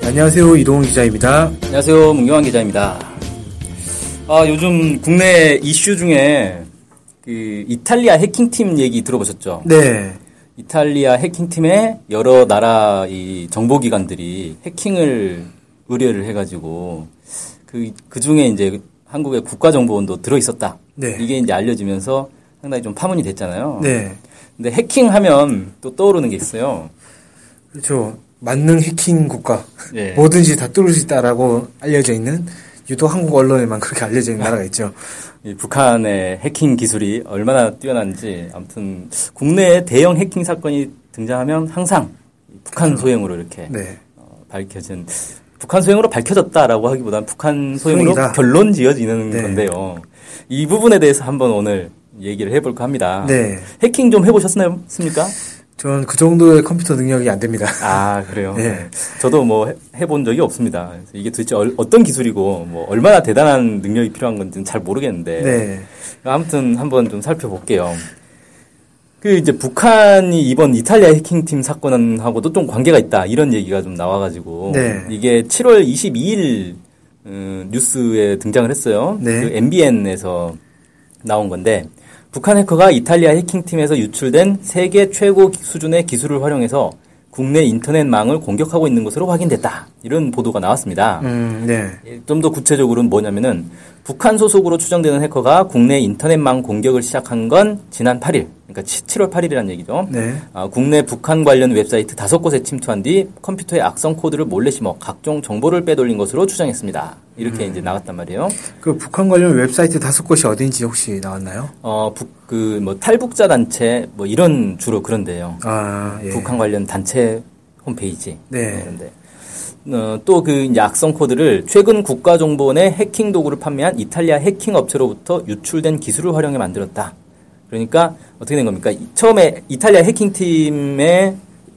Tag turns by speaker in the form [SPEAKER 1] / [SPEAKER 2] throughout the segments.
[SPEAKER 1] 네, 안녕하세요 이동훈 기자입니다.
[SPEAKER 2] 안녕하세요. 문경환 기자입니다. 아, 요즘 국내 이슈 중에 그 이탈리아 해킹팀 얘기 들어보셨죠?
[SPEAKER 1] 네,
[SPEAKER 2] 이탈리아 해킹팀에 여러 나라 이 정보기관들이 해킹을 의뢰를 해가지고 그, 그 중에 이제 한국의 국가정보원도 들어있었다.
[SPEAKER 1] 네.
[SPEAKER 2] 이게 이제 알려지면서 상당히 좀 파문이 됐잖아요.
[SPEAKER 1] 네,
[SPEAKER 2] 근데 해킹하면 또 떠오르는 게 있어요.
[SPEAKER 1] 그렇죠. 만능 해킹 국가
[SPEAKER 2] 예.
[SPEAKER 1] 뭐든지 다 뚫을 수 있다라고 알려져 있는 유독 한국 언론에만 그렇게 알려져 있는 나라가 있죠.
[SPEAKER 2] 이 북한의 해킹 기술이 얼마나 뛰어난지 아무튼 국내에 대형 해킹 사건이 등장하면 항상 북한 소행으로 이렇게
[SPEAKER 1] 네,
[SPEAKER 2] 어, 밝혀진 북한 소행으로 밝혀졌다라고 하기보단 북한 소행으로
[SPEAKER 1] 소행이다.
[SPEAKER 2] 결론 지어지는
[SPEAKER 1] 네.
[SPEAKER 2] 건데요. 이 부분에 대해서 한번 오늘 얘기를 해볼까 합니다.
[SPEAKER 1] 네.
[SPEAKER 2] 해킹 좀 해보셨습니까?
[SPEAKER 1] 저는 그 정도의 컴퓨터 능력이 안 됩니다.
[SPEAKER 2] 아 그래요.
[SPEAKER 1] 네.
[SPEAKER 2] 저도 뭐 해, 해본 적이 없습니다. 그래서 이게 도대체 얼- 어떤 기술이고 뭐 얼마나 대단한 능력이 필요한 건지는 잘 모르겠는데
[SPEAKER 1] 네,
[SPEAKER 2] 아무튼 한번 좀 살펴볼게요. 그 이제 북한이 이번 이탈리아 해킹팀 사건하고도 좀 관계가 있다 이런 얘기가 좀 나와가지고
[SPEAKER 1] 네.
[SPEAKER 2] 이게 7월 22일 어, 뉴스에 등장을 했어요.
[SPEAKER 1] 네.
[SPEAKER 2] 그 MBN에서 나온 건데 북한 해커가 이탈리아 해킹팀에서 유출된 세계 최고 수준의 기술을 활용해서 국내 인터넷망을 공격하고 있는 것으로 확인됐다 이런 보도가 나왔습니다.
[SPEAKER 1] 음, 네,
[SPEAKER 2] 예, 좀 더 구체적으로는 뭐냐면은 북한 소속으로 추정되는 해커가 국내 인터넷망 공격을 시작한 건 지난 8일, 그러니까 7월 8일이라는 얘기죠.
[SPEAKER 1] 네,
[SPEAKER 2] 아, 국내 북한 관련 웹사이트 다섯 곳에 침투한 뒤 컴퓨터에 악성 코드를 몰래 심어 각종 정보를 빼돌린 것으로 추정했습니다. 이렇게 이제 나갔단 말이에요.
[SPEAKER 1] 그 북한 관련 웹사이트 다섯 곳이 어딘지 혹시 나왔나요?
[SPEAKER 2] 어, 북, 그, 뭐, 탈북자 단체, 뭐, 이런, 주로 그런데요.
[SPEAKER 1] 아, 예,
[SPEAKER 2] 북한 관련 단체 홈페이지.
[SPEAKER 1] 네.
[SPEAKER 2] 그런데 또 그 약성 코드를 최근 국가정보원의 해킹 도구를 판매한 이탈리아 해킹 업체로부터 유출된 기술을 활용해 만들었다. 그러니까 어떻게 된 겁니까? 이- 처음에 이탈리아 해킹팀의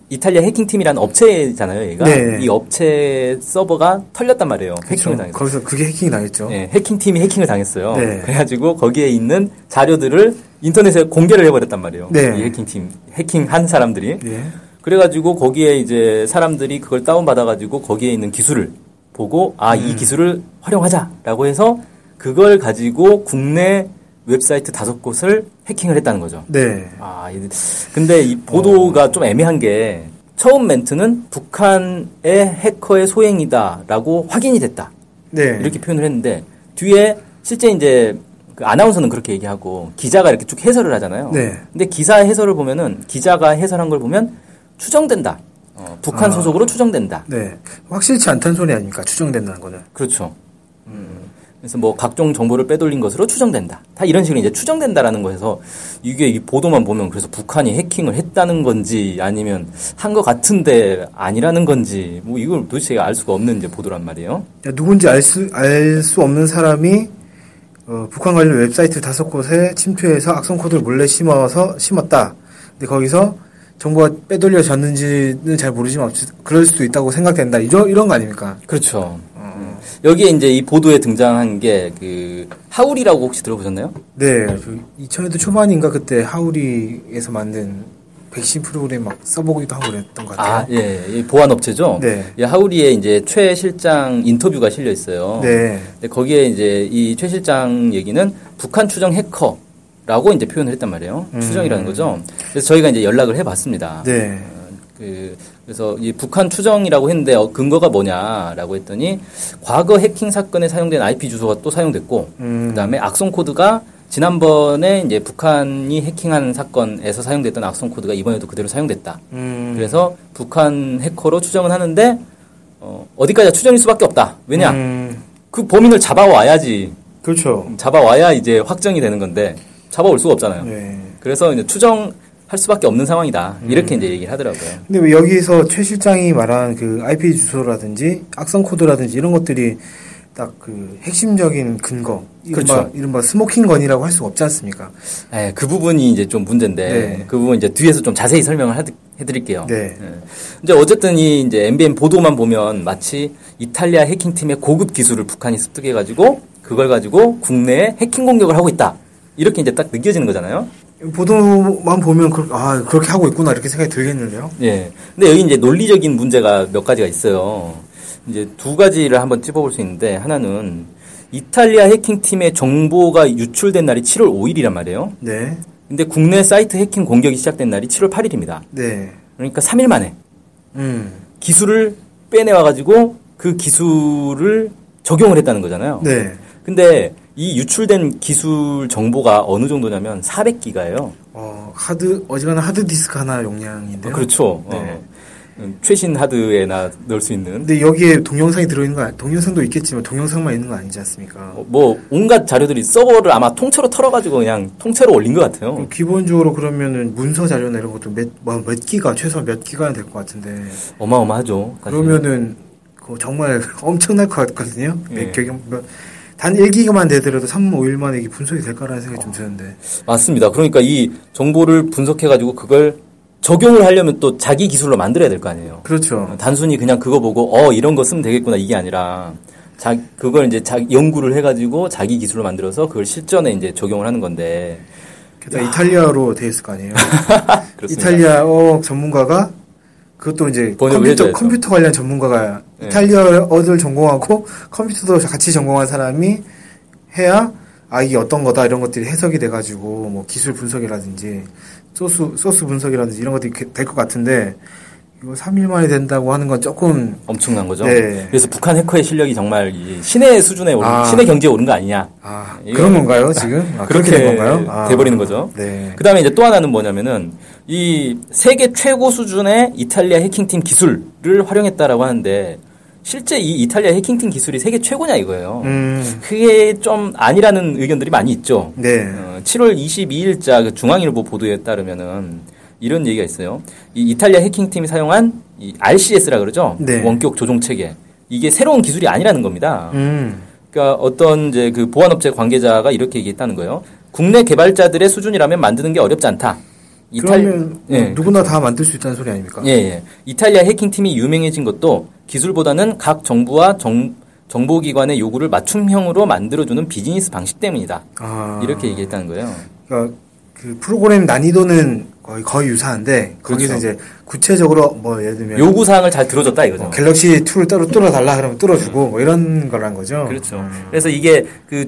[SPEAKER 2] 이탈리아 해킹팀이란 업체잖아요, 얘가.
[SPEAKER 1] 네.
[SPEAKER 2] 이 업체 서버가 털렸단 말이에요.
[SPEAKER 1] 그렇죠.
[SPEAKER 2] 해킹을 당해서.
[SPEAKER 1] 거기서 그게 해킹이 당했죠.
[SPEAKER 2] 예, 해킹팀이 해킹을 당했어요.
[SPEAKER 1] 네.
[SPEAKER 2] 그래가지고 거기에 있는 자료들을 인터넷에 공개를 해버렸단 말이에요.
[SPEAKER 1] 네.
[SPEAKER 2] 이 해킹팀, 해킹한 사람들이.
[SPEAKER 1] 예,
[SPEAKER 2] 그래가지고 거기에 이제 사람들이 그걸 다운받아가지고 거기에 있는 기술을 보고 아, 이 기술을 활용하자라고 해서 그걸 가지고 국내 웹사이트 다섯 곳을 해킹을 했다는 거죠.
[SPEAKER 1] 네,
[SPEAKER 2] 아, 이- 근데 이 보도가 좀 애매한 게 처음 멘트는 북한의 해커의 소행이다라고 확인이 됐다.
[SPEAKER 1] 네,
[SPEAKER 2] 이렇게 표현을 했는데 뒤에 실제 이제 그 아나운서는 그렇게 얘기하고 기자가 이렇게 쭉 해설을 하잖아요.
[SPEAKER 1] 네.
[SPEAKER 2] 근데 기사 해설을 보면은 기자가 해설한 걸 보면 추정된다. 어, 북한
[SPEAKER 1] 아.
[SPEAKER 2] 소속으로 추정된다.
[SPEAKER 1] 네, 확실치 않다는 소리 아닙니까? 추정된다는 거는.
[SPEAKER 2] 그렇죠. 그래서 뭐 각종 정보를 빼돌린 것으로 추정된다. 다 이런 식으로 이제 추정된다라는 거에서 이게 이 보도만 보면 그래서 북한이 해킹을 했다는 건지 아니면 한 것 같은데 아니라는 건지 뭐 이걸 도대체 알 수가 없는 이제 보도란 말이에요.
[SPEAKER 1] 그러니까 누군지 알 수 알 수 없는 사람이 어, 북한 관련 웹사이트 다섯 곳에 침투해서 악성 코드를 몰래 심어서 심었다. 근데 거기서 정보가 빼돌려졌는지는 잘 모르지만 어찌- 그럴 수도 있다고 생각된다. 이런 이런 거 아닙니까?
[SPEAKER 2] 그렇죠. 음. 여기에 이제 이 보도에 등장한 게 그 하울이라고 혹시 들어보셨나요?
[SPEAKER 1] 네, 그 2000년대 초반인가 그때 하우리에서 만든 백신 프로그램 막 써보기도 하고 그랬던 것 같아요.
[SPEAKER 2] 예, 이 보안 업체죠.
[SPEAKER 1] 네.
[SPEAKER 2] 이 하울이의 이제 최 실장 인터뷰가 실려 있어요.
[SPEAKER 1] 네,
[SPEAKER 2] 근데 거기에 이제 이 최 실장 얘기는 북한 추정 해커라고 이제 표현을 했단 말이에요.
[SPEAKER 1] 음.
[SPEAKER 2] 추정이라는 거죠. 그래서 저희가 이제 연락을 해봤습니다.
[SPEAKER 1] 네,
[SPEAKER 2] 그, 그래서 이 북한 추정이라고 했는데 어, 근거가 뭐냐라고 했더니 과거 해킹 사건에 사용된 IP 주소가 또 사용됐고 그다음에 악성 코드가 지난번에 이제 북한이 해킹한 사건에서 사용됐던 악성 코드가 이번에도 그대로 사용됐다.
[SPEAKER 1] 음,
[SPEAKER 2] 그래서 북한 해커로 추정은 하는데 어, 어디까지 추정일 수밖에 없다. 왜냐
[SPEAKER 1] 음,
[SPEAKER 2] 그 범인을 잡아와야지
[SPEAKER 1] 그렇죠.
[SPEAKER 2] 잡아와야 이제 확정이 되는 건데 잡아올 수가 없잖아요.
[SPEAKER 1] 네,
[SPEAKER 2] 그래서 이제 추정할 할 수밖에 없는 상황이다.
[SPEAKER 1] 음.
[SPEAKER 2] 이렇게 이제 얘기를 하더라고요.
[SPEAKER 1] 근데 왜 여기서 최 실장이 말한 그 IP 주소라든지 악성 코드라든지 이런 것들이 딱 그 핵심적인 근거, 이른바,
[SPEAKER 2] 그렇죠.
[SPEAKER 1] 이른바 스모킹 건이라고 할 수가 없지 않습니까?
[SPEAKER 2] 예, 그 부분이 이제 좀 문제인데
[SPEAKER 1] 네.
[SPEAKER 2] 그 부분 이제 뒤에서 좀 자세히 설명을 하드- 해드릴게요.
[SPEAKER 1] 네.
[SPEAKER 2] 예. 이제 어쨌든 이 이제 MBN 보도만 보면 마치 이탈리아 해킹팀의 고급 기술을 북한이 습득해가지고 그걸 가지고 국내에 해킹 공격을 하고 있다. 이렇게 이제 딱 느껴지는 거잖아요.
[SPEAKER 1] 보도만 보면 그, 아 그렇게 하고 있구나 이렇게 생각이 들겠는데요.
[SPEAKER 2] 예. 근데 여기 이제 논리적인 문제가 몇 가지가 있어요. 이제 두 가지를 한번 찝어볼 수 있는데 하나는 이탈리아 해킹팀의 정보가 유출된 날이 7월 5일이란 말이에요.
[SPEAKER 1] 네,
[SPEAKER 2] 근데 국내 사이트 해킹 공격이 시작된 날이 7월 8일입니다.
[SPEAKER 1] 네,
[SPEAKER 2] 그러니까 3일 만에
[SPEAKER 1] 음,
[SPEAKER 2] 기술을 빼내와가지고 그 기술을 적용을 했다는 거잖아요.
[SPEAKER 1] 네,
[SPEAKER 2] 근데 이 유출된 기술 정보가 어느 정도냐면 400기가예요. 아,
[SPEAKER 1] 어 하드 어지간한 하드 디스크 하나 용량인데요.
[SPEAKER 2] 그렇죠.
[SPEAKER 1] 네.
[SPEAKER 2] 어. 음, 최신 하드에나 넣을 수 있는
[SPEAKER 1] 근데 여기에 동영상이 들어있는 거 아니- 동영상도 있겠지만 동영상만 있는 거 아니지 않습니까?
[SPEAKER 2] 어, 뭐 온갖 자료들이 서버를 아마 통째로 털어가지고 그냥 통째로 올린 것 같아요.
[SPEAKER 1] 그럼 어, 기본적으로 그러면은 문서 자료나 이런 것도 몇, 뭐몇 기가 최소한 몇 기가는 될 것 같은데
[SPEAKER 2] 어마어마하죠. 사실.
[SPEAKER 1] 그러면은 그거 정말 엄청날 것 같거든요.
[SPEAKER 2] 예.
[SPEAKER 1] 몇 기가 몇- 단 1기가만 되더라도 3, 5일 만에 이게 분석이 될까라는 생각이 좀 드는데
[SPEAKER 2] 맞습니다. 그러니까 이 정보를 분석해가지고 그걸 적용을 하려면 또 자기 기술로 만들어야 될 거 아니에요.
[SPEAKER 1] 그렇죠.
[SPEAKER 2] 단순히 그냥 그거 보고 어 이런 거 쓰면 되겠구나 이게 아니라 자 그걸 이제 자 연구를 해가지고 자기 기술로 만들어서 그걸 실전에 이제 적용을 하는 건데
[SPEAKER 1] 게다가 이탈리아로 돼 있을 거 아니에요.
[SPEAKER 2] 그렇습니다.
[SPEAKER 1] 이탈리아어 전문가가 그것도 이제
[SPEAKER 2] 번역을
[SPEAKER 1] 컴퓨터,
[SPEAKER 2] 해줘야죠.
[SPEAKER 1] 컴퓨터 관련 전문가가
[SPEAKER 2] 네.
[SPEAKER 1] 이탈리아어를 전공하고 컴퓨터도 같이 전공한 사람이 해야 아 이게 어떤 거다 이런 것들이 해석이 돼가지고 뭐 기술 분석이라든지 소스 소스 분석이라든지 이런 것들이 될 것 같은데 이거 3일 만에 된다고 하는 건 조금
[SPEAKER 2] 엄청난 거죠.
[SPEAKER 1] 네.
[SPEAKER 2] 그래서 북한 해커의 실력이 정말 이 신의 수준에 오른
[SPEAKER 1] 아.
[SPEAKER 2] 신의 경제에 오른 거 아니냐.
[SPEAKER 1] 아
[SPEAKER 2] 이거-
[SPEAKER 1] 그런 건가요 지금 아, 그렇게 된 건가요? 아,
[SPEAKER 2] 돼버리는 거죠.
[SPEAKER 1] 네.
[SPEAKER 2] 그다음에 이제 또 하나는 뭐냐면은 이 세계 최고 수준의 이탈리아 해킹팀 기술을 활용했다라고 하는데 실제 이 이탈리아 해킹팀 기술이 세계 최고냐 이거예요.
[SPEAKER 1] 음,
[SPEAKER 2] 그게 좀 아니라는 의견들이 많이 있죠.
[SPEAKER 1] 네.
[SPEAKER 2] 어, 7월 22일자 그 중앙일보 보도에 따르면은 이런 얘기가 있어요. 이 이탈리아 해킹팀이 사용한 이 RCS라 그러죠.
[SPEAKER 1] 네.
[SPEAKER 2] 원격 조종 체계. 이게 새로운 기술이 아니라는 겁니다.
[SPEAKER 1] 음,
[SPEAKER 2] 그러니까 어떤 이제 그 보안업체 관계자가 이렇게 얘기했다는 거예요. 국내 개발자들의 수준이라면 만드는 게 어렵지 않다.
[SPEAKER 1] 그러면 누구나 다 만들 수 있다는 소리 아닙니까?
[SPEAKER 2] 예, 예. 이탈리아 해킹팀이 유명해진 것도 기술보다는 각 정부와 정, 정보기관의 요구를 맞춤형으로 만들어주는 비즈니스 방식 때문이다.
[SPEAKER 1] 아,
[SPEAKER 2] 이렇게 얘기했다는 거예요.
[SPEAKER 1] 그러니까 그 프로그램 난이도는 거의, 거의 유사한데 거기서
[SPEAKER 2] 그렇죠.
[SPEAKER 1] 이제 구체적으로 뭐 예를 들면
[SPEAKER 2] 요구사항을 잘 들어줬다 이거죠.
[SPEAKER 1] 뭐 갤럭시 2를 따로 뚫어달라 그러면 뚫어주고 뭐 이런 거란 거죠.
[SPEAKER 2] 그렇죠.
[SPEAKER 1] 음.
[SPEAKER 2] 그래서 이게 그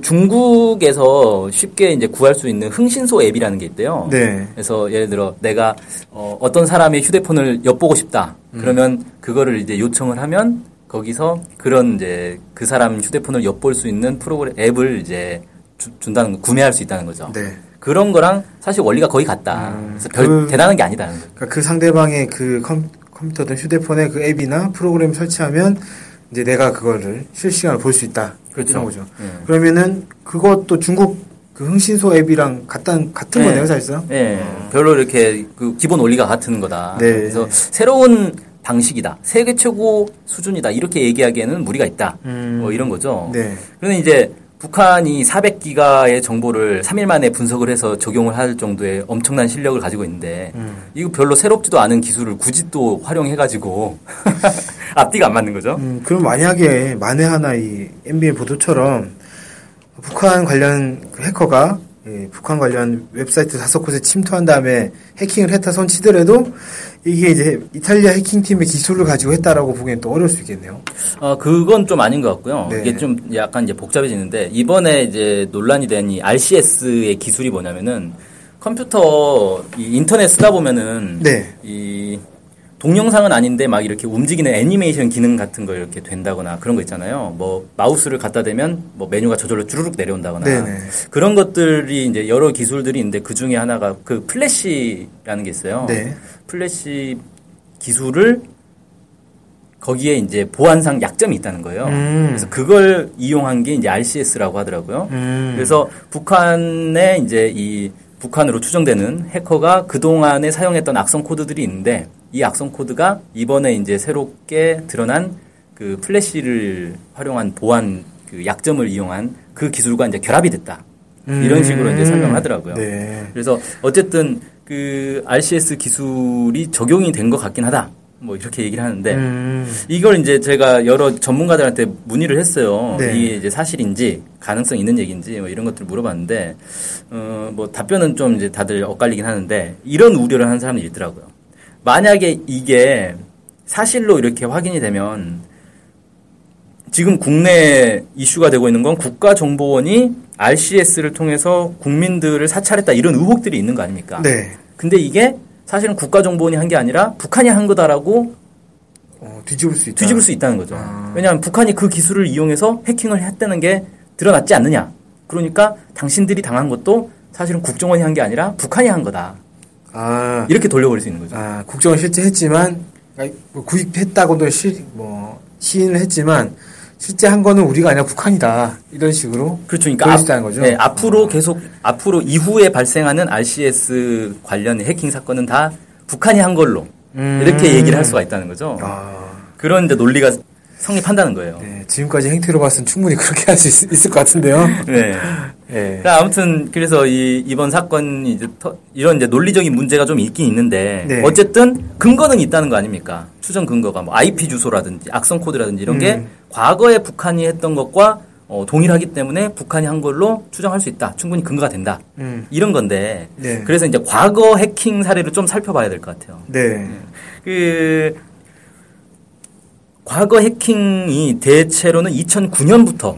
[SPEAKER 2] 중국에서 쉽게 이제 구할 수 있는 흥신소 앱이라는 게 있대요.
[SPEAKER 1] 네.
[SPEAKER 2] 그래서 예를 들어 내가 어, 어떤 사람의 휴대폰을 엿보고 싶다.
[SPEAKER 1] 음.
[SPEAKER 2] 그러면 그거를 이제 요청을 하면 거기서 그런 이제 그 사람 휴대폰을 엿볼 수 있는 프로그램 앱을 이제 주- 준다는 거, 구매할 수 있다는 거죠.
[SPEAKER 1] 네.
[SPEAKER 2] 그런 거랑 사실 원리가 거의 같다. 그래서 별
[SPEAKER 1] 그-
[SPEAKER 2] 대단한 게 아니다는 거죠.
[SPEAKER 1] 그러니까 그 상대방의 그 컴, 컴퓨터든 휴대폰에 그 앱이나 프로그램 설치하면 이제 내가 그거를 실시간으로 볼 수 있다.
[SPEAKER 2] 그렇죠.
[SPEAKER 1] 이런 거죠.
[SPEAKER 2] 예.
[SPEAKER 1] 그러면은 그것도 중국 그 흥신소 앱이랑 같은 같은
[SPEAKER 2] 네.
[SPEAKER 1] 거네요, 사실상.
[SPEAKER 2] 예, 별로 이렇게 그 기본 원리가 같은 거다.
[SPEAKER 1] 네.
[SPEAKER 2] 그래서 새로운 방식이다. 세계 최고 수준이다. 이렇게 얘기하기에는 무리가 있다. 뭐 이런 거죠.
[SPEAKER 1] 네.
[SPEAKER 2] 그런데 이제 북한이 400기가의 정보를 3일 만에 분석을 해서 적용을 할 정도의 엄청난 실력을 가지고 있는데
[SPEAKER 1] 음.
[SPEAKER 2] 이거 별로 새롭지도 않은 기술을 굳이 또 활용해가지고 앞뒤가 안 맞는 거죠.
[SPEAKER 1] 음, 그럼 만약에 만에 하나 이 NBA 보도처럼 북한 관련 그 해커가 예, 북한 관련 웹사이트 다섯 곳에 침투한 다음에 해킹을 했다 손 치더라도 이게 이제 이탈리아 해킹팀의 기술을 가지고 했다라고 보기엔 또 어려울 수 있겠네요.
[SPEAKER 2] 어, 그건 좀 아닌 것 같고요.
[SPEAKER 1] 네.
[SPEAKER 2] 이게 좀 약간 이제 복잡해지는데 이번에 이제 논란이 된 이 RCS의 기술이 뭐냐면은 컴퓨터 이 인터넷 쓰다 보면은
[SPEAKER 1] 네.
[SPEAKER 2] 이 동영상은 아닌데 막 이렇게 움직이는 애니메이션 기능 같은 거 이렇게 된다거나 그런 거 있잖아요. 뭐 마우스를 갖다 대면 뭐 메뉴가 저절로 주르륵 내려온다거나
[SPEAKER 1] 네네.
[SPEAKER 2] 그런 것들이 이제 여러 기술들이 있는데 그 중에 하나가 그 플래시라는 게 있어요.
[SPEAKER 1] 네.
[SPEAKER 2] 플래시 기술을 거기에 이제 보안상 약점이 있다는 거예요.
[SPEAKER 1] 음.
[SPEAKER 2] 그래서 그걸 이용한 게 이제 RCS라고 하더라고요.
[SPEAKER 1] 음.
[SPEAKER 2] 그래서 북한의 이제 이 북한으로 추정되는 해커가 그동안에 사용했던 악성 코드들이 있는데 이 악성 코드가 이번에 이제 새롭게 드러난 그 플래시를 활용한 보안 그 약점을 이용한 그 기술과 이제 결합이 됐다. 이런 식으로 이제 설명을 하더라고요.
[SPEAKER 1] 음. 네.
[SPEAKER 2] 그래서 어쨌든 그 RCS 기술이 적용이 된 것 같긴 하다. 뭐 이렇게 얘기를 하는데
[SPEAKER 1] 음.
[SPEAKER 2] 이걸 이제 제가 여러 전문가들한테 문의를 했어요.
[SPEAKER 1] 네.
[SPEAKER 2] 이게 이제 사실인지 가능성 있는 얘기인지 뭐 이런 것들을 물어봤는데 어, 뭐 답변은 좀 이제 다들 엇갈리긴 하는데 이런 우려를 하는 사람들이 있더라고요. 만약에 이게 사실로 이렇게 확인이 되면 지금 국내 이슈가 되고 있는 건 국가정보원이 RCS를 통해서 국민들을 사찰했다 이런 의혹들이 있는 거 아닙니까?
[SPEAKER 1] 네.
[SPEAKER 2] 근데 이게 사실은 국가정보원이 한 게 아니라 북한이 한 거다라고
[SPEAKER 1] 어, 뒤집을 수 있다.
[SPEAKER 2] 뒤집을 수 있다는 거죠.
[SPEAKER 1] 아.
[SPEAKER 2] 왜냐하면 북한이 그 기술을 이용해서 해킹을 했다는 게 드러났지 않느냐. 그러니까 당신들이 당한 것도 사실은 국정원이 한 게 아니라 북한이 한 거다.
[SPEAKER 1] 아,
[SPEAKER 2] 이렇게 돌려버릴 수 있는 거죠.
[SPEAKER 1] 아, 국정을 실제 했지만, 그러니까 뭐 구입했다고도 시, 뭐, 시인을 했지만, 실제 한 거는 우리가 아니라 북한이다. 이런 식으로.
[SPEAKER 2] 그렇죠. 그러니까
[SPEAKER 1] 돌릴 수 있다는 거죠. 아.
[SPEAKER 2] 네, 앞으로 계속 앞으로 이후에 발생하는 RCS 관련 해킹 사건은 다 북한이 한 걸로
[SPEAKER 1] 음.
[SPEAKER 2] 이렇게 얘기를 할 수가 있다는 거죠.
[SPEAKER 1] 아,
[SPEAKER 2] 그런 이제 논리가 성립한다는 거예요.
[SPEAKER 1] 네. 지금까지 행태로 봤으면 충분히 그렇게 할 수 있을 것 같은데요.
[SPEAKER 2] 네.
[SPEAKER 1] 예.
[SPEAKER 2] 그러니까 아무튼 그래서 이 이번 사건이 이제 터- 이런 이제 논리적인 문제가 좀 있긴 있는데
[SPEAKER 1] 네.
[SPEAKER 2] 어쨌든 근거는 있다는 거 아닙니까? 추정 근거가 뭐 IP 주소라든지 악성 코드라든지 이런
[SPEAKER 1] 음.
[SPEAKER 2] 게 과거에 북한이 했던 것과 어, 동일하기 때문에 북한이 한 걸로 추정할 수 있다. 충분히 근거가 된다.
[SPEAKER 1] 음.
[SPEAKER 2] 이런 건데
[SPEAKER 1] 네.
[SPEAKER 2] 그래서 이제 과거 해킹 사례를 좀 살펴봐야 될 것 같아요.
[SPEAKER 1] 네.
[SPEAKER 2] 그 과거 해킹이 대체로는 2009년부터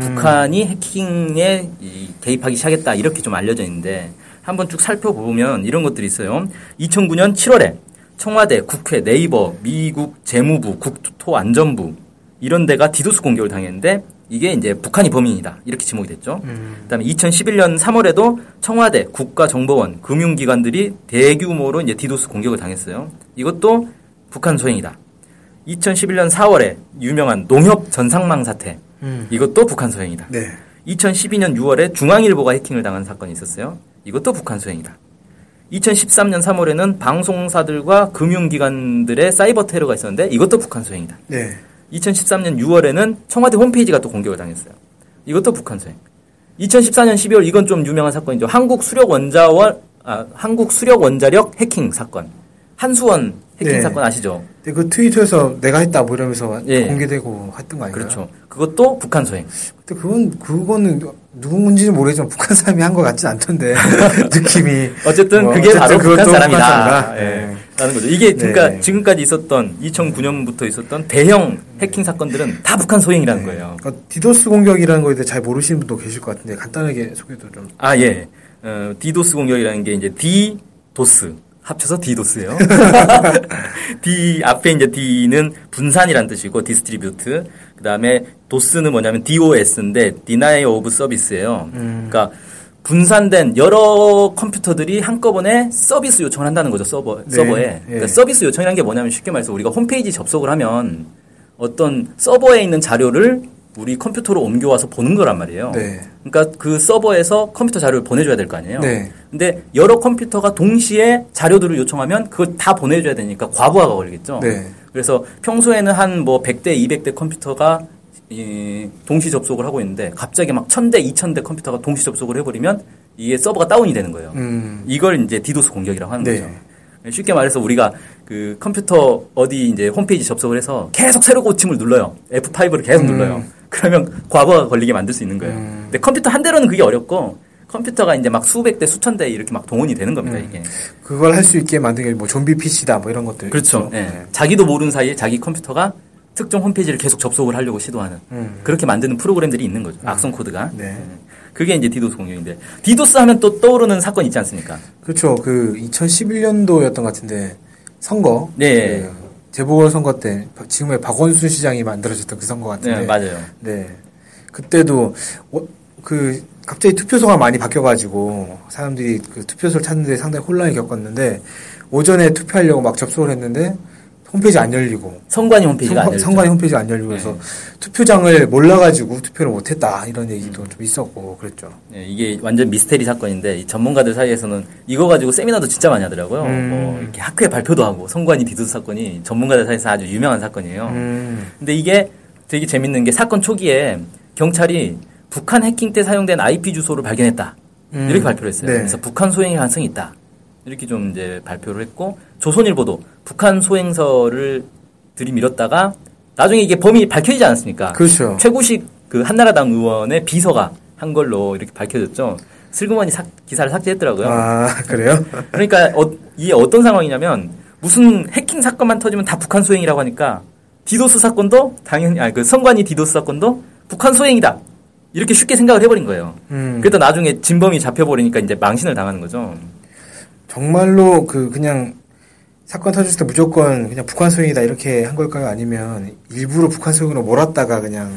[SPEAKER 2] 북한이 해킹에 이, 개입하기 시작했다 이렇게 좀 알려져 있는데 한번 쭉 살펴보면 이런 것들이 있어요. 2009년 7월에 청와대, 국회, 네이버, 미국 재무부, 국토안전부 이런 데가 디도스 공격을 당했는데 이게 이제 북한이 범인이다 이렇게 지목이 됐죠. 그다음에 2011년 3월에도 청와대, 국가정보원, 금융기관들이 대규모로 이제 디도스 공격을 당했어요. 이것도 북한 소행이다. 2011년 4월에 유명한 농협 전상망 사태 이것도 북한 소행이다.
[SPEAKER 1] 음. 네.
[SPEAKER 2] 2012년 6월에 중앙일보가 해킹을 당한 사건이 있었어요. 이것도 북한 소행이다. 2013년 3월에는 방송사들과 금융기관들의 사이버 테러가 있었는데 이것도 북한 소행이다.
[SPEAKER 1] 네.
[SPEAKER 2] 2013년 6월에는 청와대 홈페이지가 또 공격을 당했어요. 이것도 북한 소행. 2014년 12월 이건 좀 유명한 사건이죠. 한국 수력 원자원 아, 한국 수력 원자력 해킹 사건. 한수원 해킹
[SPEAKER 1] 네.
[SPEAKER 2] 사건 아시죠?
[SPEAKER 1] 근데 그 트위터에서 내가 했다 뭐 이러면서
[SPEAKER 2] 예.
[SPEAKER 1] 공개되고 했던 거 아닌가요?
[SPEAKER 2] 그렇죠. 그것도 북한 소행.
[SPEAKER 1] 근데 그건 그거는 누군지는 모르겠지만 북한 사람이 한 것 같진 않던데 느낌이
[SPEAKER 2] 어쨌든
[SPEAKER 1] 뭐,
[SPEAKER 2] 그게 바로
[SPEAKER 1] 어쨌든 그것도
[SPEAKER 2] 북한 사람이다.
[SPEAKER 1] 사람이다.
[SPEAKER 2] 예.
[SPEAKER 1] 예.
[SPEAKER 2] 라는 거죠. 이게 그러니까
[SPEAKER 1] 네.
[SPEAKER 2] 지금까지 있었던 2009년부터 있었던 대형 해킹 사건들은 다 북한 소행이라는 거예요.
[SPEAKER 1] 그러니까 디도스 공격이라는 거에 대해 잘 모르시는 분도 계실 것 같은데 간단하게 소개도 좀
[SPEAKER 2] 아 예. 어, 디도스 공격이라는 게 이제 디도스 합쳐서 디도스예요. D 앞에 이제 D는 분산이란 뜻이고 디스트리뷰트. 그다음에 도스는 뭐냐면 DOS인데 Deny of Service예요. 그러니까 분산된 여러 컴퓨터들이 한꺼번에 서비스 요청을 한다는 거죠 서버 서버에. 그러니까
[SPEAKER 1] 예.
[SPEAKER 2] 서비스 요청이라는 게 뭐냐면 쉽게 말해서 우리가 홈페이지 접속을 하면 어떤 서버에 있는 자료를 우리 컴퓨터로 옮겨와서 보는 거란 말이에요.
[SPEAKER 1] 네.
[SPEAKER 2] 그러니까 그 서버에서 컴퓨터 자료를 보내줘야 될 거 아니에요.
[SPEAKER 1] 네.
[SPEAKER 2] 근데 여러 컴퓨터가 동시에 자료들을 요청하면 그걸 다 보내줘야 되니까 과부하가 걸리겠죠.
[SPEAKER 1] 네.
[SPEAKER 2] 그래서 평소에는 한 뭐 100대, 200대 컴퓨터가 이 동시 접속을 하고 있는데 갑자기 막 1000대, 2000대 컴퓨터가 동시 접속을 해버리면 이게 서버가 다운이 되는 거예요.
[SPEAKER 1] 음.
[SPEAKER 2] 이걸 이제 디도스 공격이라고 하는
[SPEAKER 1] 네.
[SPEAKER 2] 거죠. 쉽게 말해서 우리가 그 컴퓨터 어디 이제 홈페이지 접속을 해서 계속 새로 고침을 눌러요. F5를
[SPEAKER 1] 음.
[SPEAKER 2] 계속 눌러요. 그러면 과거가 걸리게 만들 수 있는 거예요. 근데 컴퓨터 한 대로는 그게 어렵고 컴퓨터가 이제 막 수백 대 수천 대 이렇게 막 동원이 되는 겁니다,
[SPEAKER 1] 음.
[SPEAKER 2] 이게.
[SPEAKER 1] 그걸 할 수 있게 만든 게 뭐 좀비 PC다 뭐 이런 것들
[SPEAKER 2] 그렇죠.
[SPEAKER 1] 있죠.
[SPEAKER 2] 예. 자기도 모르는 사이에 자기 컴퓨터가 특정 홈페이지를 계속 접속을 하려고 시도하는 그렇게 만드는 프로그램들이 있는 거죠. 악성 코드가.
[SPEAKER 1] 음. 네.
[SPEAKER 2] 예. 그게 이제 디도스 공격인데 디도스 하면 또 떠오르는 사건 있지 않습니까?
[SPEAKER 1] 그렇죠. 그 2011년도였던 것 같은데 선거
[SPEAKER 2] 네.
[SPEAKER 1] 그 재보궐 선거 때 지금의 박원순 시장이 만들어졌던 그 선거 같은데
[SPEAKER 2] 네, 맞아요.
[SPEAKER 1] 네. 그때도 어, 그 갑자기 투표소가 많이 바뀌어가지고 사람들이 그 투표소를 찾는데 상당히 혼란을 겪었는데 오전에 투표하려고 막 접속을 했는데 홈페이지 안 열리고
[SPEAKER 2] 성관이 홈페이지가 안 네.
[SPEAKER 1] 성-
[SPEAKER 2] 열리죠.
[SPEAKER 1] 성관이 홈페이지가 안 열리고 그래서 투표장을 몰라가지고 투표를 못했다 이런 얘기도
[SPEAKER 2] 음.
[SPEAKER 1] 좀 있었고 그랬죠.
[SPEAKER 2] 예, 이게 완전 미스테리 사건인데 이 전문가들 사이에서는 이거 가지고 세미나도 진짜 많이 하더라고요.
[SPEAKER 1] 음.
[SPEAKER 2] 뭐 이렇게 학회 발표도 하고 성관이 비도수 사건이 전문가들 사이에서 아주 유명한 사건이에요.
[SPEAKER 1] 음.
[SPEAKER 2] 근데 이게 되게 재밌는 게 사건 초기에 경찰이 북한 해킹 때 사용된 IP 주소를 발견했다.
[SPEAKER 1] 음.
[SPEAKER 2] 이렇게 발표를 했어요.
[SPEAKER 1] 네.
[SPEAKER 2] 그래서 북한 소행의 가능성이 있다. 이렇게 좀 이제 발표를 했고 조선일보도 북한 소행설을 들이밀었다가 나중에 이게 범인이 밝혀지지 않았습니까?
[SPEAKER 1] 그렇죠.
[SPEAKER 2] 최구식 그 한나라당 의원의 비서가 한 걸로 이렇게 밝혀졌죠. 슬그머니 삭- 기사를 삭제했더라고요.
[SPEAKER 1] 아 그래요?
[SPEAKER 2] 그러니까 어- 이게 어떤 상황이냐면 무슨 해킹 사건만 터지면 다 북한 소행이라고 하니까 디도스 사건도 당연히 아니 그 성관이 디도스 사건도 북한 소행이다 이렇게 쉽게 생각을 해버린 거예요.
[SPEAKER 1] 음.
[SPEAKER 2] 그러다 나중에 진범이 잡혀버리니까 이제 망신을 당하는 거죠.
[SPEAKER 1] 정말로 그 그냥 사건 터졌을 때 무조건 그냥 북한 소행이다 이렇게 한 걸까요? 아니면 일부러 북한 소행으로 몰았다가 그냥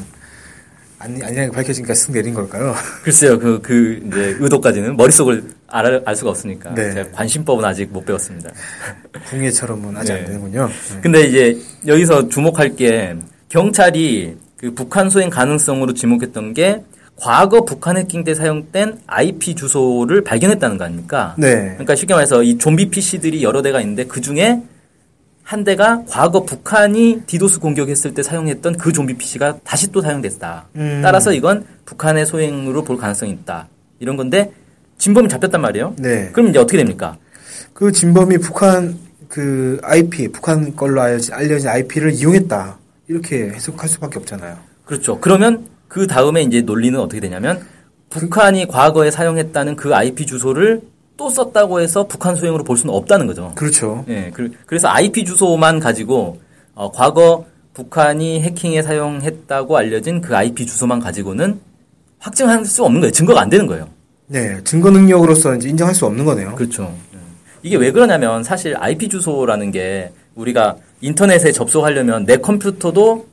[SPEAKER 1] 아니 아니라고 밝혀지니까 쓱 내린 걸까요?
[SPEAKER 2] 글쎄요 그 그 이제 의도까지는 머릿속을 알, 알 수가 없으니까
[SPEAKER 1] 네.
[SPEAKER 2] 제가 관심법은 아직 못 배웠습니다.
[SPEAKER 1] 궁예처럼은 아직 안
[SPEAKER 2] 네.
[SPEAKER 1] 되는군요.
[SPEAKER 2] 근데 이제 여기서 주목할 게 경찰이 그 북한 소행 가능성으로 지목했던 게 과거 북한 해킹 때 사용된 IP 주소를 발견했다는 거 아닙니까?
[SPEAKER 1] 네.
[SPEAKER 2] 그러니까 쉽게 말해서 이 좀비 PC들이 여러 대가 있는데 그 중에 한 대가 과거 북한이 디도스 공격했을 때 사용했던 그 좀비 PC가 다시 또 사용됐다.
[SPEAKER 1] 음.
[SPEAKER 2] 따라서 이건 북한의 소행으로 볼 가능성이 있다. 이런 건데 진범이 잡혔단 말이에요.
[SPEAKER 1] 네.
[SPEAKER 2] 그럼 이제 어떻게 됩니까?
[SPEAKER 1] 그 진범이 북한 그 IP 북한 걸로 알려진, 알려진 IP를 이용했다 이렇게 해석할 수밖에 없잖아요.
[SPEAKER 2] 그렇죠. 그러면 그 다음에 이제 논리는 어떻게 되냐면 북한이 과거에 사용했다는 그 IP 주소를 또 썼다고 해서 북한 소행으로 볼 수는 없다는 거죠.
[SPEAKER 1] 그렇죠.
[SPEAKER 2] 예, 그, 래서 IP 주소만 가지고 어, 과거 북한이 해킹에 사용했다고 알려진 그 IP 주소만 가지고는 확증할 수 없는 거예요. 증거가 안 되는 거예요.
[SPEAKER 1] 네, 증거 능력으로서 이제 인정할 수 없는 거네요.
[SPEAKER 2] 그렇죠. 이게 왜 그러냐면 사실 IP 주소라는 게 우리가 인터넷에 접속하려면 내 컴퓨터도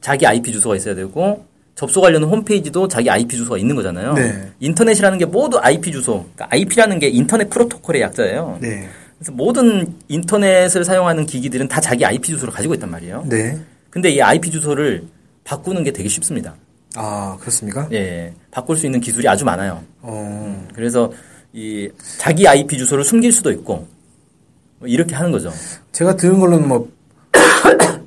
[SPEAKER 2] 자기 IP 주소가 있어야 되고 접속하려는 홈페이지도 자기 IP 주소가 있는 거잖아요.
[SPEAKER 1] 네.
[SPEAKER 2] 인터넷이라는 게 모두 IP 주소. IP라는 게 인터넷 프로토콜의 약자예요.
[SPEAKER 1] 네,
[SPEAKER 2] 그래서 모든 인터넷을 사용하는 기기들은 다 자기 IP 주소를 가지고 있단 말이에요.
[SPEAKER 1] 네.
[SPEAKER 2] 근데 이 IP 주소를 바꾸는 게 되게 쉽습니다.
[SPEAKER 1] 아 그렇습니까?
[SPEAKER 2] 예. 바꿀 수 있는 기술이 아주 많아요.
[SPEAKER 1] 어,
[SPEAKER 2] 그래서 이 자기 IP 주소를 숨길 수도 있고 뭐 이렇게 하는 거죠.
[SPEAKER 1] 제가 들은 걸로는 뭐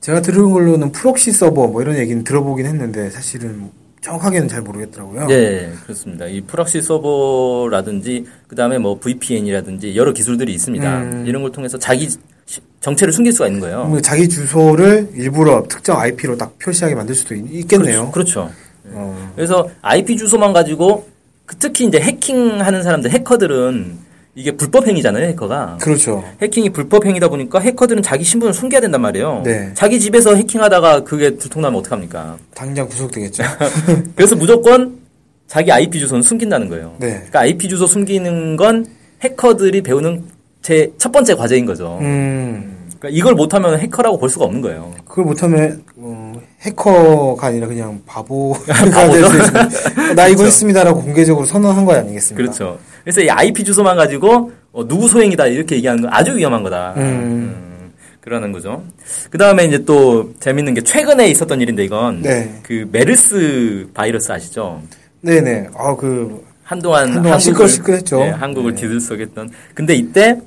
[SPEAKER 1] 제가 들은 걸로는 프록시 서버 뭐 이런 얘기는 들어보긴 했는데 사실은 정확하게는 잘 모르겠더라고요.
[SPEAKER 2] 예, 그렇습니다. 이 프락시 서버라든지 그다음에 뭐 VPN이라든지 여러 기술들이 있습니다.
[SPEAKER 1] 음.
[SPEAKER 2] 이런 걸 통해서 자기 시- 정체를 숨길 수가 있는 거예요.
[SPEAKER 1] 그럼 뭐 자기 주소를 일부러 특정 IP로 딱 표시하게 만들 수도 있, 겠네요
[SPEAKER 2] 그렇죠.
[SPEAKER 1] 어,
[SPEAKER 2] 그래서 IP 주소만 가지고 그 특히 이제 해킹하는 사람들 해커들은 이게 불법 행위잖아요, 해커가.
[SPEAKER 1] 그렇죠.
[SPEAKER 2] 해킹이 불법 행위다 보니까 해커들은 자기 신분을 숨겨야 된단 말이에요.
[SPEAKER 1] 네.
[SPEAKER 2] 자기 집에서 해킹하다가 그게 들통나면 어떡합니까?
[SPEAKER 1] 당장 구속되겠죠.
[SPEAKER 2] 그래서 무조건 자기 IP 주소는 숨긴다는 거예요.
[SPEAKER 1] 네.
[SPEAKER 2] 그러니까 IP 주소 숨기는 건 해커들이 배우는 제 첫 번째 과제인 거죠.
[SPEAKER 1] 음.
[SPEAKER 2] 그러니까 이걸 못하면 해커라고 볼 수가 없는 거예요.
[SPEAKER 1] 그걸 못하면 어, 해커가 아니라 그냥 바보가 될 수 있습니다. 나 이거 했습니다라고 공개적으로 선언한 거 아니겠습니까?
[SPEAKER 2] 그렇죠. 그래서 이 IP 주소만 가지고 어, 누구 소행이다 이렇게 얘기하는 건 아주 위험한 거다. 음, 그러는 거죠. 그 다음에 이제 또 재밌는 게 최근에 있었던 일인데 이건
[SPEAKER 1] 네.
[SPEAKER 2] 그 메르스 바이러스 아시죠?
[SPEAKER 1] 네네. 아그
[SPEAKER 2] 한동안,
[SPEAKER 1] 한동안 시끌시끌했죠.
[SPEAKER 2] 예, 한국을 뒤들썩했던. 근데 이때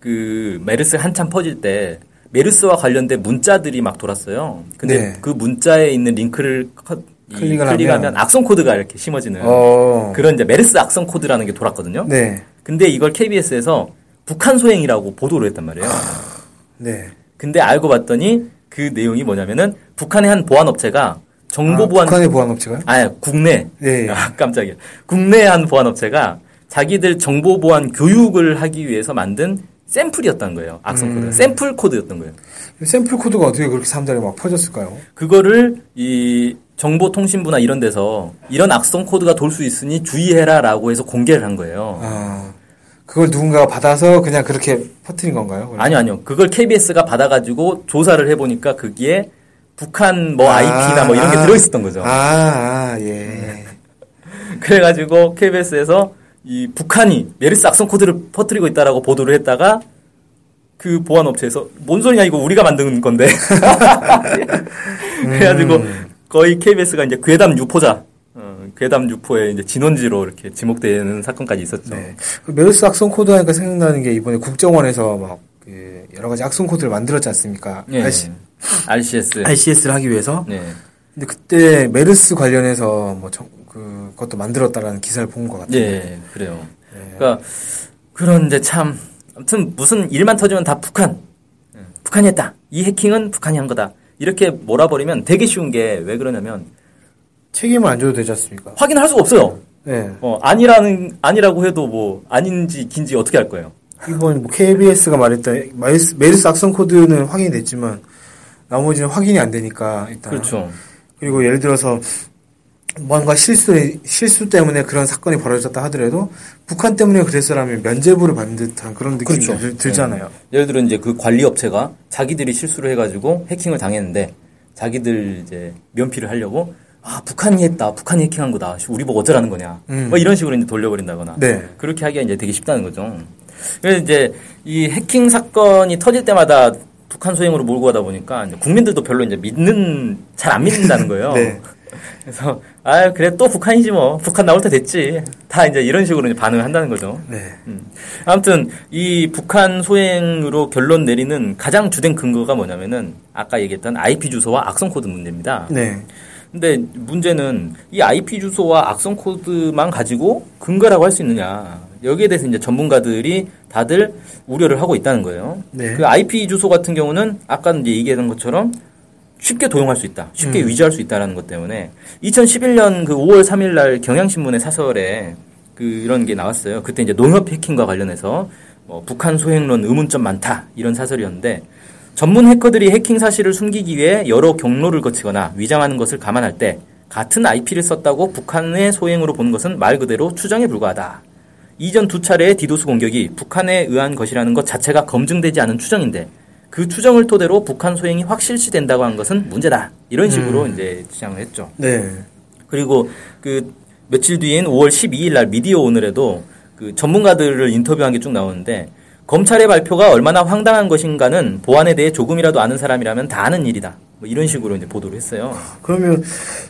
[SPEAKER 2] 그 메르스 한참 퍼질 때 메르스와 관련된 문자들이 막 돌았어요. 근데
[SPEAKER 1] 네.
[SPEAKER 2] 그 문자에 있는 링크를 컷- 이
[SPEAKER 1] 클릭을 하면
[SPEAKER 2] 클릭하면 악성 코드가 이렇게 심어지는
[SPEAKER 1] 어.
[SPEAKER 2] 네. 그런 이제 메르스 악성 코드라는 게 돌았거든요.
[SPEAKER 1] 네.
[SPEAKER 2] 근데 이걸 KBS에서 북한 소행이라고 보도를 했단 말이에요.
[SPEAKER 1] 네.
[SPEAKER 2] 근데 알고 봤더니 그 내용이 뭐냐면은 북한의 한 보안 업체가 정보
[SPEAKER 1] 아,
[SPEAKER 2] 보안
[SPEAKER 1] 북한의 보안 업체가요?
[SPEAKER 2] 아니 국내
[SPEAKER 1] 네.
[SPEAKER 2] 아, 깜짝이야 국내 한 보안업체가 자기들 정보 보안 교육을 하기 위해서 만든 샘플이었다는 거예요 악성
[SPEAKER 1] 음.
[SPEAKER 2] 코드 가 샘플 코드였던 거예요
[SPEAKER 1] 샘플 코드가 어떻게 그렇게 사람들이 막 퍼졌을까요?
[SPEAKER 2] 그거를 이 정보통신부나 이런 데서 이런 악성 코드가 돌 수 있으니 주의해라라고 해서 공개를 한 거예요
[SPEAKER 1] 아 그걸 누군가가 받아서 그냥 그렇게 퍼뜨린 건가요?
[SPEAKER 2] 아니요 아니요 그걸 KBS가 받아가지고 조사를 해보니까 거기에 북한 뭐 IP나 뭐 이런 게
[SPEAKER 1] 아.
[SPEAKER 2] 들어있었던 거죠
[SPEAKER 1] 아, 아 예.
[SPEAKER 2] 그래가지고 KBS에서 이 북한이 메르스 악성 코드를 퍼뜨리고 있다라고 보도를 했다가 그 보안 업체에서 뭔 소리냐 이거 우리가 만든 건데. 그래가지고 거의 KBS가 이제 괴담 유포자, 어, 괴담 유포의 이제 진원지로 이렇게 지목되는 사건까지 있었죠.
[SPEAKER 1] 네. 그 메르스 악성 코드 하니까 생각나는 게 이번에 국정원에서 막그 여러 가지 악성 코드를 만들었지 않습니까?
[SPEAKER 2] 예.
[SPEAKER 1] RC,
[SPEAKER 2] RCS.
[SPEAKER 1] RCS를 하기 위해서.
[SPEAKER 2] 네.
[SPEAKER 1] 근데 그때 메르스 관련해서 뭐 정- 그, 것도 만들었다라는 기사를 본 것 같아요.
[SPEAKER 2] 예, 그래요. 그러니까 그런 이제 참 아무튼 무슨 일만 터지면 다 북한, 예, 북한이 했다. 이 해킹은 북한이 한 거다. 이렇게 몰아버리면 되게 쉬운 게 왜 그러냐면
[SPEAKER 1] 책임을 안 줘도 되지 않습니까?
[SPEAKER 2] 확인할 수가 없어요.
[SPEAKER 1] 네.
[SPEAKER 2] 어, 아니라는 아니라고 해도 뭐 아닌지 긴지 어떻게 할 거예요?
[SPEAKER 1] 이번 뭐 KBS가 말했던 메르스, 메르스 악성 코드는 확인이 됐지만 나머지는 확인이 안 되니까 일단
[SPEAKER 2] 그렇죠.
[SPEAKER 1] 그리고 예를 들어서 뭔가 실수 실수 때문에 그런 사건이 벌어졌다 하더라도 북한 때문에 그랬어라면 면죄부를 받는 듯한 그런 느낌이
[SPEAKER 2] 그렇죠.
[SPEAKER 1] 들, 들잖아요.
[SPEAKER 2] 예를 들어 이제 그 관리 업체가 자기들이 실수를 해가지고 해킹을 당했는데 자기들 이제 면피를 하려고 아 북한이 했다 북한이 해킹한 거다 우리 보고 어쩌라는 거냐
[SPEAKER 1] 음.
[SPEAKER 2] 뭐 이런 식으로 이제 돌려버린다거나
[SPEAKER 1] 네.
[SPEAKER 2] 그렇게 하기가 이제 되게 쉽다는 거죠. 그래서 이제 이 해킹 사건이 터질 때마다 북한 소행으로 몰고 가다 보니까 이제 국민들도 별로 이제 믿는 잘 안 믿는다는 거예요.
[SPEAKER 1] 네.
[SPEAKER 2] 그래서 아 그래 또 북한이지 뭐 북한 나올 때 됐지 다 이제 이런 식으로 이제 반응을 한다는 거죠.
[SPEAKER 1] 네.
[SPEAKER 2] 아무튼 이 북한 소행으로 결론 내리는 가장 주된 근거가 뭐냐면은 아까 얘기했던 IP 주소와 악성 코드 문제입니다.
[SPEAKER 1] 네.
[SPEAKER 2] 근데 문제는 이 IP 주소와 악성 코드만 가지고 근거라고 할 수 있느냐. 여기에 대해서 이제 전문가들이 다들 우려를 하고 있다는 거예요.
[SPEAKER 1] 네.
[SPEAKER 2] 그 IP 주소 같은 경우는 아까 이제 얘기했던 것처럼 쉽게 도용할 수 있다. 쉽게 위조할 수 있다라는 것 때문에 2011년 그 5월 3일 날 경향신문의 사설에 그 이런 게 나왔어요. 그때 이제 농협 해킹과 관련해서 뭐 북한 소행론 의문점 많다. 이런 사설이었는데 전문 해커들이 해킹 사실을 숨기기 위해 여러 경로를 거치거나 위장하는 것을 감안할 때 같은 IP를 썼다고 북한의 소행으로 보는 것은 말 그대로 추정에 불과하다. 이전 두 차례의 디도스 공격이 북한에 의한 것이라는 것 자체가 검증되지 않은 추정인데 그 추정을 토대로 북한 소행이 확실시 된다고 한 것은 문제다. 이런 식으로 이제 주장을 했죠.
[SPEAKER 1] 네.
[SPEAKER 2] 그리고 그 며칠 뒤인 5월 12일 날 미디어 오늘에도 그 전문가들을 인터뷰한 게 쭉 나오는데 검찰의 발표가 얼마나 황당한 것인가는 보안에 대해 조금이라도 아는 사람이라면 다 아는 일이다. 뭐 이런 식으로 이제 보도를 했어요.
[SPEAKER 1] 그러면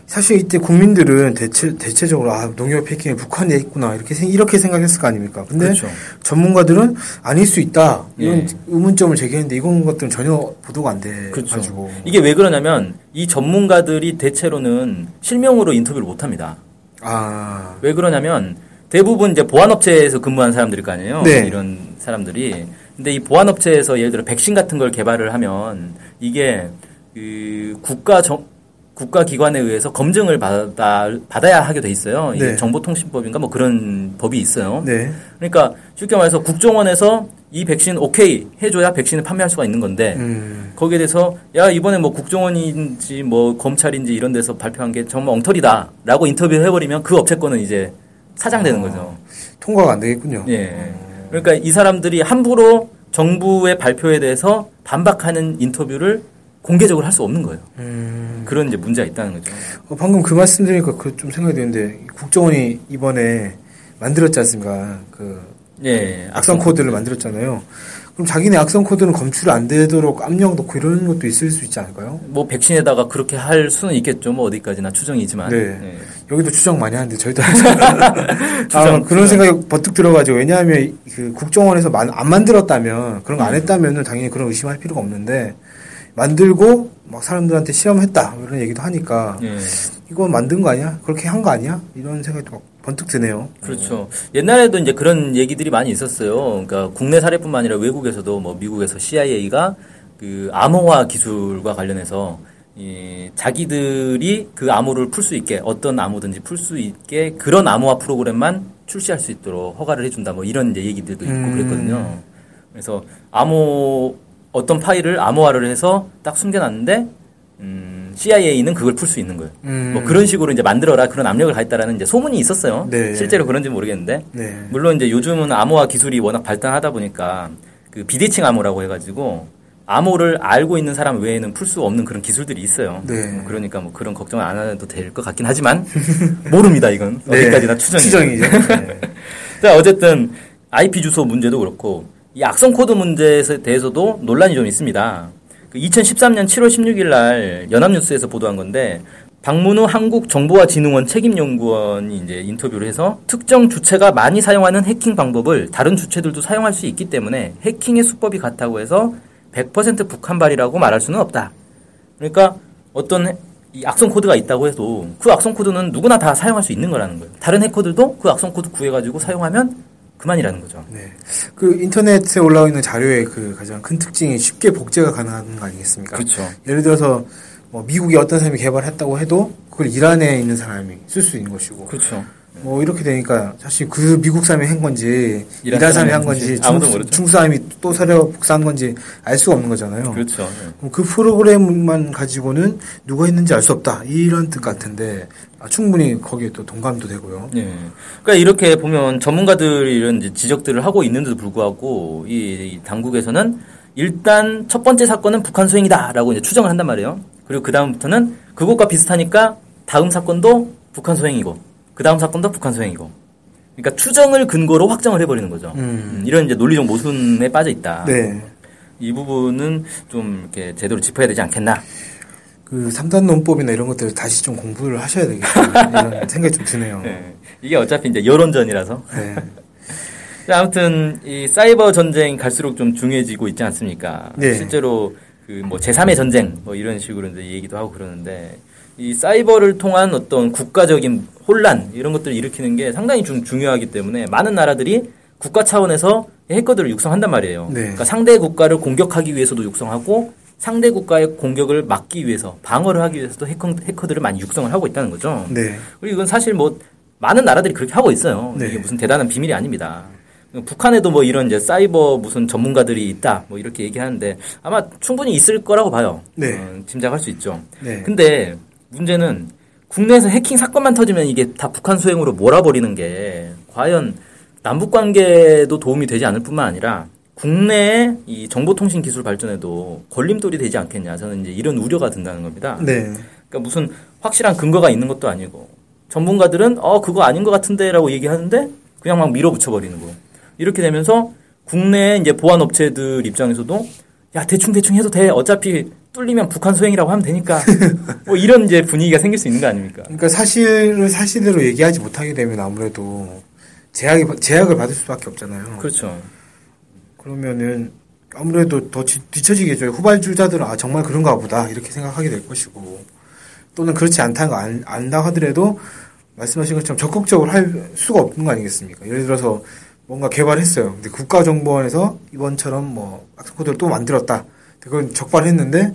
[SPEAKER 1] 사실 이때 국민들은 대체 대체적으로 아 농협 해킹에 북한이 있구나 이렇게 생- 이렇게 생각했을 거 아닙니까? 근데
[SPEAKER 2] 그렇죠.
[SPEAKER 1] 전문가들은 아닐 수 있다 이런
[SPEAKER 2] 예.
[SPEAKER 1] 의문점을 제기했는데 이건 것들은 전혀 보도가 안 돼 가지고
[SPEAKER 2] 네. 그렇죠. 이게 왜 그러냐면 이 전문가들이 대체로는 실명으로 인터뷰를 못 합니다.
[SPEAKER 1] 아
[SPEAKER 2] 왜 그러냐면 대부분 이제 보안업체에서 근무한 사람들일 거 아니에요.
[SPEAKER 1] 네.
[SPEAKER 2] 이런 사람들이. 근데 이 보안업체에서 예를 들어 백신 같은 걸 개발을 하면 이게 그 국가 정 국가 기관에 의해서 검증을 받아 받아야 하게 돼 있어요. 이게
[SPEAKER 1] 네.
[SPEAKER 2] 정보통신법인가 뭐 그런 법이 있어요.
[SPEAKER 1] 네.
[SPEAKER 2] 그러니까 쉽게 말해서 국정원에서 이 백신 오케이 해줘야 백신을 판매할 수가 있는 건데
[SPEAKER 1] 음.
[SPEAKER 2] 거기에 대해서 야 이번에 뭐 국정원인지 뭐 검찰인지 이런 데서 발표한 게 정말 엉터리다라고 인터뷰 해버리면 그 업체 거는 이제 사장되는 거죠.
[SPEAKER 1] 통과가 안 되겠군요.
[SPEAKER 2] 예. 그러니까 이 사람들이 함부로 정부의 발표에 대해서 반박하는 인터뷰를 공개적으로 할 수 없는 거예요.
[SPEAKER 1] 음.
[SPEAKER 2] 그런 이제 문제가 있다는 거죠.
[SPEAKER 1] 어, 방금 그 말씀드리니까 그 좀 생각이 되는데 국정원이 이번에 만들었지 않습니까? 그
[SPEAKER 2] 예.
[SPEAKER 1] 악성 코드를 만들었잖아요. 그럼 자기네 악성 코드는 검출 안 되도록 압력 넣고 이런 것도 있을 수 있지 않을까요?
[SPEAKER 2] 뭐 백신에다가 그렇게 할 수는 있겠죠. 뭐 어디까지나 추정이지만.
[SPEAKER 1] 네.
[SPEAKER 2] 예.
[SPEAKER 1] 여기도 추정 많이 하는데 저희도 아, 그런 생각이 버뜩 들어가지고 왜냐하면 그 국정원에서 만- 안 만들었다면 그런 거 안 했다면은 당연히 그런 의심할 필요가 없는데 만들고 막 사람들한테 실험했다 뭐 이런 얘기도 하니까
[SPEAKER 2] 예.
[SPEAKER 1] 이건 만든 거 아니야? 그렇게 한 거 아니야? 이런 생각이 막 번뜩 드네요.
[SPEAKER 2] 그렇죠. 옛날에도 이제 그런 얘기들이 많이 있었어요. 그러니까 국내 사례뿐만 아니라 외국에서도 뭐 미국에서 CIA가 그 암호화 기술과 관련해서 이 자기들이 그 암호를 풀 수 있게 어떤 암호든지 풀 수 있게 그런 암호화 프로그램만 출시할 수 있도록 허가를 해준다 뭐 이런 이제 얘기들도 있고
[SPEAKER 1] 음.
[SPEAKER 2] 그랬거든요. 그래서 암호 어떤 파일을 암호화를 해서 딱 숨겨놨는데 음, CIA는 그걸 풀 수 있는 거예요.
[SPEAKER 1] 음.
[SPEAKER 2] 뭐 그런 식으로 이제 만들어라 그런 압력을 가했다라는 이제 소문이 있었어요.
[SPEAKER 1] 네.
[SPEAKER 2] 실제로 그런지 는 모르겠는데
[SPEAKER 1] 네.
[SPEAKER 2] 물론 이제 요즘은 암호화 기술이 워낙 발달하다 보니까 그 비대칭 암호라고 해가지고 암호를 알고 있는 사람 외에는 풀 수 없는 그런 기술들이 있어요.
[SPEAKER 1] 네.
[SPEAKER 2] 뭐 그러니까 뭐 그런 걱정을 안 해도 될 것 같긴 하지만 모릅니다 이건
[SPEAKER 1] 네.
[SPEAKER 2] 어디까지나 추정이.
[SPEAKER 1] 추정이죠. 네.
[SPEAKER 2] 자 어쨌든 IP 주소 문제도 그렇고 이 악성 코드 문제에 대해서도 논란이 좀 있습니다. 그 2013년 7월 16일 날 연합뉴스에서 보도한 건데 박문우 한국정보화진흥원 책임연구원이 이제 인터뷰를 해서 특정 주체가 많이 사용하는 해킹 방법을 다른 주체들도 사용할 수 있기 때문에 해킹의 수법이 같다고 해서 100% 북한발이라고 말할 수는 없다. 그러니까 어떤 이 악성 코드가 있다고 해도 그 악성 코드는 누구나 다 사용할 수 있는 거라는 거예요. 다른 해커들도 그 악성 코드 구해가지고 사용하면 그만이라는 거죠.
[SPEAKER 1] 네. 그 인터넷에 올라와 있는 자료의 그 가장 큰 특징이 쉽게 복제가 가능한 거 아니겠습니까?
[SPEAKER 2] 그렇죠.
[SPEAKER 1] 예를 들어서 뭐 미국의 어떤 사람이 개발했다고 해도 그걸 이란에 있는 사람이 쓸 수 있는 것이고
[SPEAKER 2] 그렇죠.
[SPEAKER 1] 뭐 이렇게 되니까 사실 그 미국 사람이 한 건지
[SPEAKER 2] 이란
[SPEAKER 1] 이란 사람이
[SPEAKER 2] 사람이
[SPEAKER 1] 한 건지
[SPEAKER 2] 아무도
[SPEAKER 1] 중국
[SPEAKER 2] 모르죠.
[SPEAKER 1] 중국 사람이 또 사려 복사한 건지 알 수가 없는 거잖아요.
[SPEAKER 2] 그렇죠.
[SPEAKER 1] 그럼 그 프로그램만 가지고는 누가 했는지 알 수 없다 이런 뜻 같은데 아, 충분히 거기에 또 동감도 되고요.
[SPEAKER 2] 예. 그러니까 이렇게 보면 전문가들이 이런 이제 지적들을 하고 있는데도 불구하고 이, 이 당국에서는 일단 첫 번째 사건은 북한 소행이다라고 이제 추정을 한단 말이에요. 그리고 그 다음부터는 그것과 비슷하니까 다음 사건도 북한 소행이고 그 다음 사건도 북한 소행이고. 그러니까 추정을 근거로 확정을 해버리는 거죠. 음, 이런 이제 논리적 모순에 빠져 있다.
[SPEAKER 1] 네.
[SPEAKER 2] 이 부분은 좀 이렇게 제대로 짚어야 되지 않겠나.
[SPEAKER 1] 그 삼단 논법이나 이런 것들을 다시 좀 공부를 하셔야 되겠다 이런 생각이 좀 드네요. 네.
[SPEAKER 2] 예. 이게 어차피 이제 여론전이라서 자, 네, 아무튼 이 사이버 전쟁 갈수록 좀 중요해지고 있지 않습니까?
[SPEAKER 1] 네.
[SPEAKER 2] 실제로 그 뭐 제3의 전쟁 뭐 이런 식으로 이제 얘기도 하고 그러는데 이 사이버를 통한 어떤 국가적인 혼란 이런 것들을 일으키는 게 상당히 좀 중요하기 때문에 많은 나라들이 국가 차원에서 해커들을 육성한단 말이에요.
[SPEAKER 1] 네.
[SPEAKER 2] 그러니까 상대 국가를 공격하기 위해서도 육성하고 상대 국가의 공격을 막기 위해서 방어를 하기 위해서도 해커, 해커들을 많이 육성을 하고 있다는 거죠.
[SPEAKER 1] 네.
[SPEAKER 2] 그리고 이건 사실 뭐 많은 나라들이 그렇게 하고 있어요.
[SPEAKER 1] 네.
[SPEAKER 2] 이게 무슨 대단한 비밀이 아닙니다. 북한에도 뭐 이런 이제 사이버 무슨 전문가들이 있다 뭐 이렇게 얘기하는데 아마 충분히 있을 거라고 봐요.
[SPEAKER 1] 네.
[SPEAKER 2] 어, 짐작할 수 있죠.
[SPEAKER 1] 네.
[SPEAKER 2] 근데 문제는 국내에서 해킹 사건만 터지면 이게 다 북한 소행으로 몰아버리는 게 과연 남북 관계도 도움이 되지 않을 뿐만 아니라 국내의 이 정보통신 기술 발전에도 걸림돌이 되지 않겠냐 저는 이제 이런 우려가 든다는 겁니다.
[SPEAKER 1] 네.
[SPEAKER 2] 그러니까 무슨 확실한 근거가 있는 것도 아니고 전문가들은 어 그거 아닌 것 같은데라고 얘기하는데 그냥 막 밀어붙여 버리는 거. 이렇게 되면서 국내 이제 보안 업체들 입장에서도 야 대충 대충 해도 돼 어차피 뚫리면 북한 소행이라고 하면 되니까 뭐 이런 이제 분위기가 생길 수 있는 거 아닙니까?
[SPEAKER 1] 그러니까 사실을 사실대로 얘기하지 못하게 되면 아무래도 제약이 제약을 받을 수밖에 없잖아요.
[SPEAKER 2] 그렇죠.
[SPEAKER 1] 그러면은 아무래도 더 뒤- 뒤처지겠죠. 후발주자들은 아 정말 그런가 보다 이렇게 생각하게 될 것이고 또는 그렇지 않다는 걸 안, 안다 하더라도 말씀하신 것처럼 적극적으로 할 수가 없는 거 아니겠습니까? 예를 들어서 뭔가 개발했어요. 근데 국가정보원에서 이번처럼 뭐 악성코드를 또 만들었다. 근데 그건 적발했는데